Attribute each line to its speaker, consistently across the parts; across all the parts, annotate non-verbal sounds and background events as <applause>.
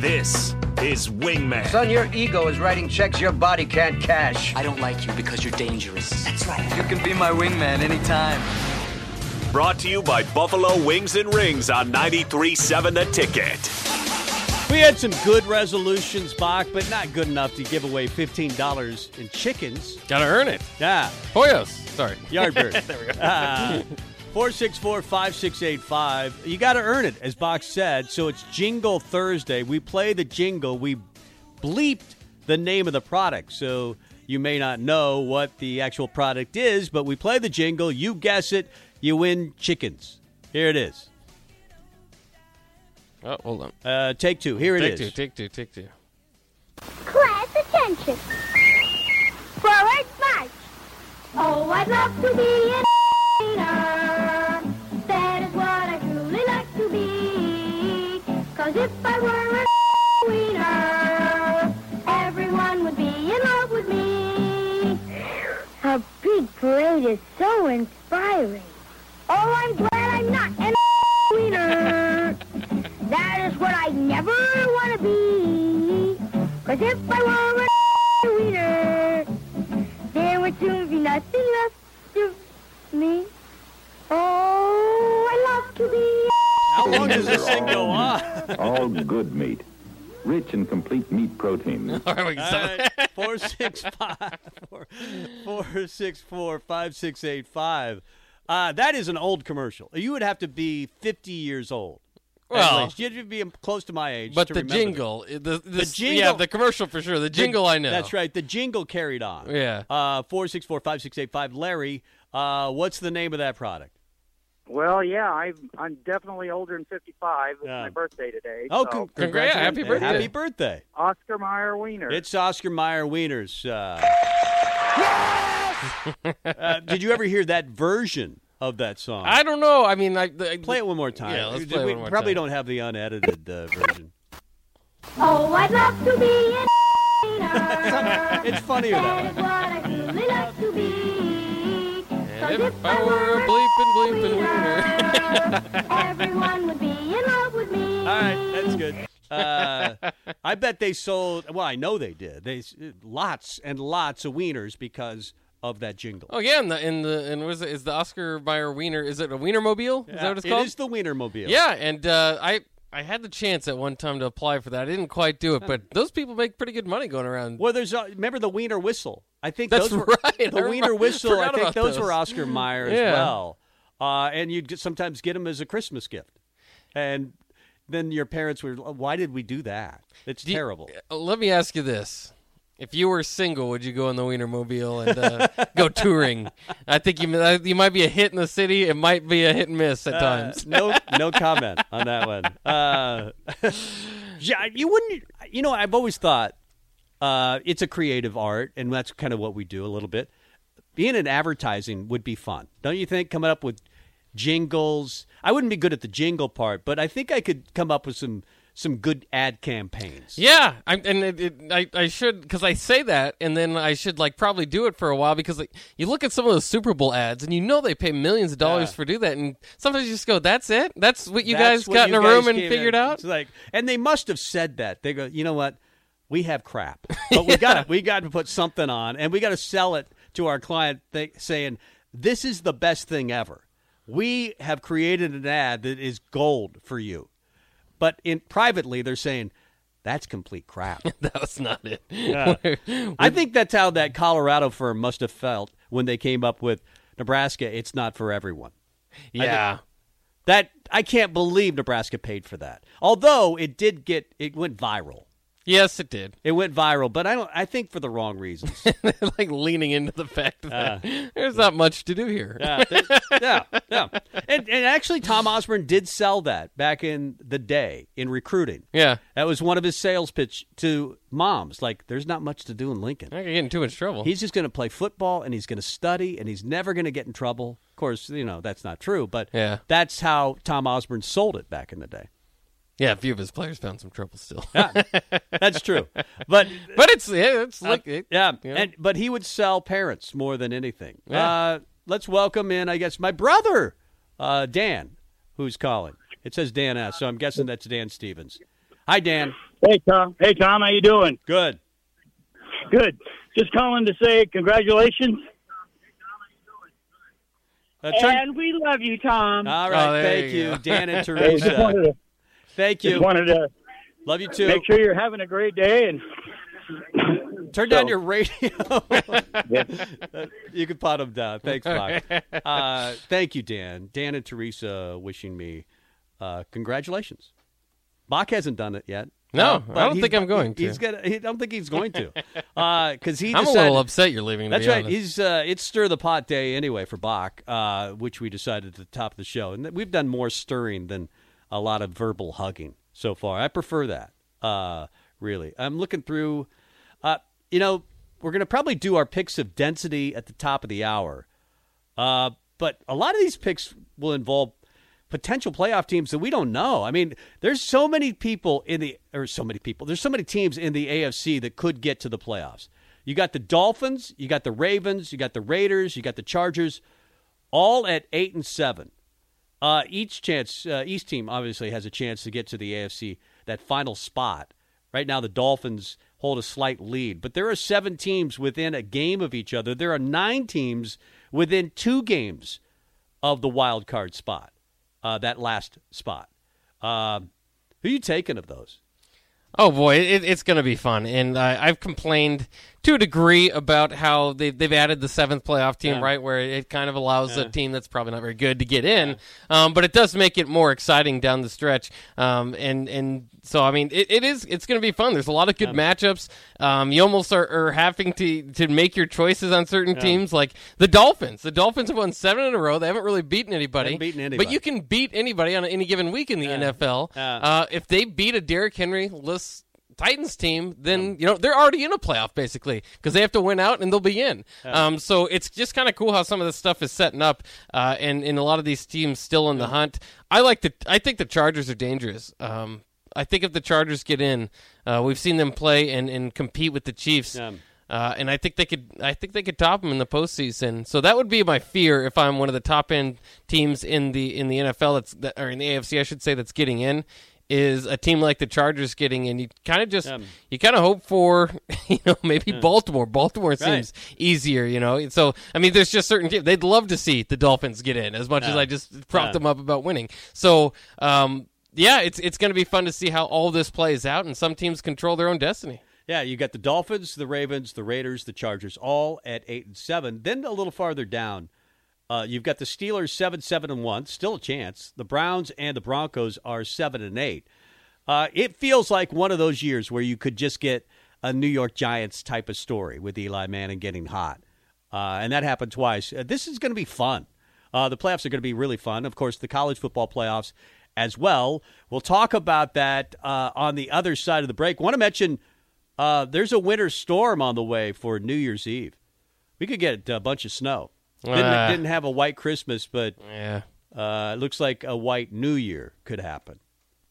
Speaker 1: This is Wingman.
Speaker 2: Son, your ego is writing checks your body can't cash.
Speaker 3: I don't like you because you're dangerous.
Speaker 4: That's right. You can be my wingman anytime.
Speaker 1: Brought to you by Buffalo Wings and Rings on 93.7 The Ticket.
Speaker 5: We had some good resolutions, Bach, but not good enough to give away $15 in chickens.
Speaker 6: Gotta earn it.
Speaker 5: Yeah,
Speaker 6: Hoyos. Sorry.
Speaker 5: <laughs>
Speaker 6: <laughs>
Speaker 5: Yardbird. there we go. Four six four five six eight five. You got to earn it, as Box said. So it's Jingle Thursday. We play the jingle. We bleeped the name of the product, so you may not know what the actual product is. But we play the jingle. You guess it, you win chickens. Here it is.
Speaker 6: Oh, hold on.
Speaker 5: Uh, take two. Here it
Speaker 6: take
Speaker 5: is.
Speaker 6: two, take two, take two. <laughs>
Speaker 7: Class attention. Forward march. Oh, I'd love to be an leader. That is what I truly like to be. Cause if I were a wiener, everyone would be in love with me. A big parade is so inspiring. Oh, I'm glad I'm not an wiener. That is what I never want to be. Because if I were a wiener, there would soon be nothing left of me. Oh, I love to be
Speaker 5: How long does this thing go on?
Speaker 8: All good meat. Rich in complete meat
Speaker 5: <laughs>
Speaker 8: protein.
Speaker 6: All right, we can
Speaker 5: All
Speaker 6: stop.
Speaker 5: right, four six five four four six four five six eight five. Uh, that is an old commercial. You would have to be fifty years old. at
Speaker 6: Well-
Speaker 5: least. you'd be close to my age.
Speaker 6: But
Speaker 5: to
Speaker 6: the
Speaker 5: remember that.
Speaker 6: jingle, i- the, this- yeah,
Speaker 5: jingle-
Speaker 6: the commercial for sure. The jingle, I know.
Speaker 5: That's right. The jingle carried on.
Speaker 6: Yeah.
Speaker 5: Uh, four six four five six eight five. Larry, uh, what's the name of that product?
Speaker 9: Well, yeah, I'm I'm definitely older than 55. It's
Speaker 5: Yeah.
Speaker 9: my birthday today.
Speaker 5: Oh,
Speaker 9: so
Speaker 5: con-
Speaker 6: Congra- yeah, happy
Speaker 5: congratulations.
Speaker 6: birthday.
Speaker 5: Happy birthday.
Speaker 9: Oscar Mayer Wiener.
Speaker 5: It's Oscar Mayer Wieners. Uh, <laughs> uh, did you ever hear that version of that song?
Speaker 6: I don't know. I mean, I, I
Speaker 5: Play it one more time.
Speaker 6: Yeah, let's
Speaker 5: we
Speaker 6: play it one more
Speaker 5: probably
Speaker 6: time.
Speaker 5: don't have the unedited uh, version.
Speaker 7: Oh, I'd love to be an wiener.
Speaker 5: It's funnier
Speaker 7: That
Speaker 6: <laughs>
Speaker 5: that
Speaker 7: is
Speaker 5: way.
Speaker 7: what I truly like to be.
Speaker 6: And if I were a bleepin' bleepin' wiener. <laughs>
Speaker 7: wiener, everyone would be in love with me.
Speaker 5: All right, that's good. Uh, I bet they sold. Well, I know they did. They s- lots and lots of wieners because of that jingle.
Speaker 6: Oh yeah, in the in the and was it is the Oscar Mayer Wiener? Is it a Wiener Mobile? Is that what it's called?
Speaker 5: Uh, It is the Wienermobile.
Speaker 6: Yeah, and uh, I I had the chance at one time to apply for that. I didn't quite do it, but those people make pretty good money going around.
Speaker 5: Well, there's a, remember the Wiener whistle. I think
Speaker 6: That's
Speaker 5: those were,
Speaker 6: right. I
Speaker 5: The
Speaker 6: remember-
Speaker 5: Wiener whistle. I
Speaker 6: forgot
Speaker 5: think
Speaker 6: about
Speaker 5: those,
Speaker 6: those.
Speaker 5: were Oscar Mayer as
Speaker 6: Yeah.
Speaker 5: well. Uh, and you'd get, sometimes get them as a Christmas gift, and then your parents were, "Why did we do that? It's
Speaker 6: Do you-
Speaker 5: terrible."
Speaker 6: Uh, Let me ask you this: If you were single, would you go in the Wiener Mobile and uh, <laughs> go touring? I think you uh, you might be a hit in the city. It might be a hit and miss at
Speaker 5: Uh,
Speaker 6: times.
Speaker 5: <laughs> no, no comment on that one. Uh, <laughs> yeah, you wouldn't. You know, I've always thought uh, it's a creative art, and that's kind of what we do a little bit. Being in advertising would be fun, don't you think? Coming up with jingles. I wouldn't be good at the jingle part, but I think I could come up with some some good ad campaigns.
Speaker 6: Yeah, I, and it, it, I I should because I say that, and then I should like probably do it for a while because like you look at some of those Super Bowl ads, and you know they pay millions of dollars for do that, and sometimes you just go, "That's it. That's what you
Speaker 5: That's
Speaker 6: guys
Speaker 5: what
Speaker 6: got
Speaker 5: you
Speaker 6: in a
Speaker 5: guys
Speaker 6: room and
Speaker 5: came in.
Speaker 6: figured out." <laughs>
Speaker 5: It's like, and they must have said that. They go, you know what? We have crap,
Speaker 6: <laughs>
Speaker 5: but we got we got to put something on, and we got to sell it to our client, th- saying this is the best thing ever. We have created an ad that is gold for you, but in privately they're saying that's complete crap.
Speaker 6: <laughs> That was not it.
Speaker 5: I think that's how that Colorado firm must have felt when they came up with Nebraska. It's not for everyone.
Speaker 6: <laughs> yeah.
Speaker 5: That I can't believe Nebraska paid for that. Although it did get it went viral.
Speaker 6: Yes, it did. <laughs>
Speaker 5: It went viral, but I don't. I think for the wrong reasons.
Speaker 6: like leaning into the fact that there's not much to do here.
Speaker 5: Uh, yeah, they- yeah, yeah. And, and actually, Tom Osborne did sell that back in the day in recruiting.
Speaker 6: Yeah.
Speaker 5: That was one of his sales pitch to moms. Like, there's not much to do in Lincoln.
Speaker 6: I could get in too much trouble.
Speaker 5: He's just going to play football and he's going to study and he's never going to get in trouble. Of course, you know, that's not true, but
Speaker 6: Yeah.
Speaker 5: that's how Tom Osborne sold it back in the day.
Speaker 6: yeah, a few of his players found some trouble still.
Speaker 5: That's true. But
Speaker 6: <laughs> but it's yeah, it's
Speaker 5: Uh,
Speaker 6: like it,
Speaker 5: yeah,
Speaker 6: you know.
Speaker 5: and but he would sell parents more than anything.
Speaker 6: Yeah.
Speaker 5: Uh, let's welcome in, I guess, my brother, uh, Dan, who's calling. It says Dan S, so I'm guessing that's Dan Stevens. Hi, Dan.
Speaker 10: Hey Tom. Hey Tom, how you doing?
Speaker 5: Good.
Speaker 10: Good. Just calling to say congratulations.
Speaker 5: Uh, turn-
Speaker 11: And we love you, Tom.
Speaker 5: All right,
Speaker 10: Oh, there
Speaker 5: thank
Speaker 10: you
Speaker 5: you,
Speaker 10: go. <laughs>
Speaker 5: Dan
Speaker 10: Hey,
Speaker 5: and
Speaker 10: just
Speaker 5: Teresa.
Speaker 10: wanted to,
Speaker 5: thank uh, you.
Speaker 10: just wanted to
Speaker 5: Love you too.
Speaker 10: make sure you're having a great day and
Speaker 5: Turn down your radio. <laughs> you can pot them down. Thanks,
Speaker 6: <laughs>
Speaker 5: Fox. Uh, thank you, Dan. Dan and Teresa wishing me uh, congratulations. Bach hasn't done it yet.
Speaker 6: No,
Speaker 5: Uh,
Speaker 6: I
Speaker 5: but
Speaker 6: don't
Speaker 5: he's-
Speaker 6: think I'm going
Speaker 5: He's
Speaker 6: to.
Speaker 5: gonna. He, I don't think he's going to. Because he.
Speaker 6: <laughs> I'm a
Speaker 5: decided-
Speaker 6: little upset you're leaving. To
Speaker 5: That's
Speaker 6: be
Speaker 5: right.
Speaker 6: honest.
Speaker 5: He's uh, it's stir the pot day anyway for Bach, uh, which we decided at the top of the show, and we've done more stirring than a lot of verbal hugging so far. I prefer that. Uh, really, I'm looking through. Uh, you know, we're gonna probably do our picks of density at the top of the hour, uh, but a lot of these picks will involve potential playoff teams that we don't know. I mean, there's so many people in the or so many people. There's so many teams in the AFC that could get to the playoffs. You got the Dolphins, you got the Ravens, you got the Raiders, you got the Chargers, all at eight and seven. Uh, each chance, uh, each team obviously has a chance to get to the AFC that final spot. Right now, the Dolphins hold a slight lead, but there are seven teams within a game of each other. There are nine teams within two games of the wild card spot, uh, that last spot. Um, who you taking of those?
Speaker 6: Oh boy, it, it's going to be fun, and uh, I've complained to a degree about how they've they've added the seventh playoff team,
Speaker 5: Yeah.
Speaker 6: right, where it kind of allows
Speaker 5: Yeah.
Speaker 6: a team that's probably not very good to get in, um, but it does make it more exciting down the stretch, um, and and so I mean it, it is it's going to be fun. There's a lot of good matchups. Um, you almost are, are having to to make your choices on certain
Speaker 5: Yeah.
Speaker 6: teams, like the Dolphins. The Dolphins have won seven in a row. They haven't really beaten anybody,
Speaker 5: Haven't beaten
Speaker 6: but you can beat anybody on any given week in the NFL.
Speaker 5: Yeah.
Speaker 6: Uh, if they beat a Derrick Henry list Titans team, then you know they're already in a playoff basically because they have to win out and they'll be in. Um, so it's just kind of cool how some of this stuff is setting up, uh, and and a lot of these teams still in the hunt. I like the I think the Chargers are dangerous. Um, I think if the Chargers get in, uh, we've seen them play and, and compete with the Chiefs. Uh, and I think they could. I think they could top them in the postseason. So that would be my fear if I'm one of the top end teams in the in the NFL that's that, or in the AFC, I should say, that's getting in. Is a team like the Chargers getting in? You kind of just you kind of hope for <laughs> you know maybe Baltimore. Baltimore seems easier, you know. And so I mean, there's just certain teams they'd love to see the Dolphins get in as much as
Speaker 5: Yeah.
Speaker 6: I just propped
Speaker 5: Yeah.
Speaker 6: them up about winning. So. um yeah, it's it's going to be fun to see how all this plays out, and some teams control their own destiny.
Speaker 5: Yeah, you got the Dolphins, the Ravens, the Raiders, the Chargers, all at eight and seven. Then a little farther down, uh, you've got the Steelers seven, seven and one, still a chance. The Browns and the Broncos are seven and eight. Uh, it feels like one of those years where you could just get a New York Giants type of story with Eli Manning getting hot, uh, and that happened twice. Uh, this is going to be fun. Uh, the playoffs are going to be really fun. Of course, the college football playoffs as well. We'll talk about that uh, on the other side of the break. Want to mention uh, there's a winter storm on the way for New Year's Eve. We could get a bunch of snow. Didn't,
Speaker 6: Ah.
Speaker 5: didn't have a white Christmas, but
Speaker 6: Yeah.
Speaker 5: uh, it looks like a white New Year could happen.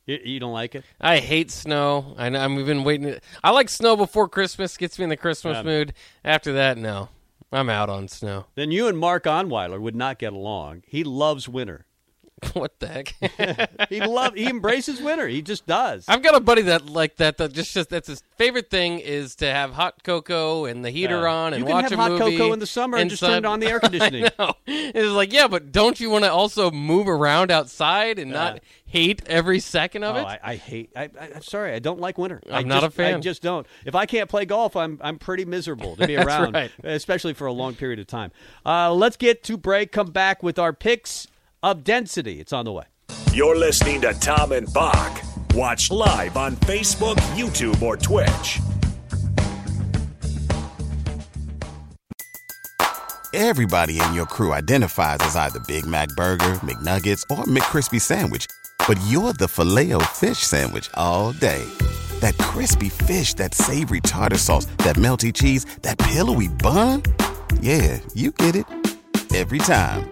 Speaker 5: You, you don't like it?
Speaker 6: I hate snow. I know, I'm been waiting. I like snow before Christmas. Gets me in the Christmas
Speaker 5: Um,
Speaker 6: mood. After that, no, I'm out on snow. <laughs>
Speaker 5: Then you and Mark Onweiler would not get along. He loves winter.
Speaker 6: what the heck?
Speaker 5: <laughs> He love he embraces winter. He
Speaker 6: <laughs>
Speaker 5: just does.
Speaker 6: I've got a buddy that like that. That just just that's his favorite thing is to have hot cocoa and the heater
Speaker 5: Yeah.
Speaker 6: on and
Speaker 5: You can
Speaker 6: watch
Speaker 5: have
Speaker 6: a
Speaker 5: hot
Speaker 6: movie
Speaker 5: cocoa in the summer and just
Speaker 6: inside-
Speaker 5: turn
Speaker 6: <laughs>
Speaker 5: on the air conditioning.
Speaker 6: I know. It's like yeah, but don't you want to also move around outside and
Speaker 5: Yeah.
Speaker 6: not hate every second of
Speaker 5: Oh,
Speaker 6: it?
Speaker 5: I, I hate. I, I, I'm sorry. I don't like winter. I
Speaker 6: I'm not
Speaker 5: just-
Speaker 6: a fan.
Speaker 5: I just don't. If I can't play golf, I'm I'm pretty
Speaker 6: <laughs>
Speaker 5: miserable to be
Speaker 6: That's
Speaker 5: around,
Speaker 6: right.
Speaker 5: especially for a long period of time. Uh, let's get to break. Come back with our picks of density. It's on the way.
Speaker 12: You're listening to Tom and Bach. Watch live on Facebook, YouTube, or Twitch.
Speaker 11: Everybody in your crew identifies as either Big Mac Burger, McNuggets, or McCrispy Sandwich. But you're the filet fish Sandwich all day. That crispy fish, that savory tartar sauce, that melty cheese, that pillowy bun. Yeah, you get it. Every time.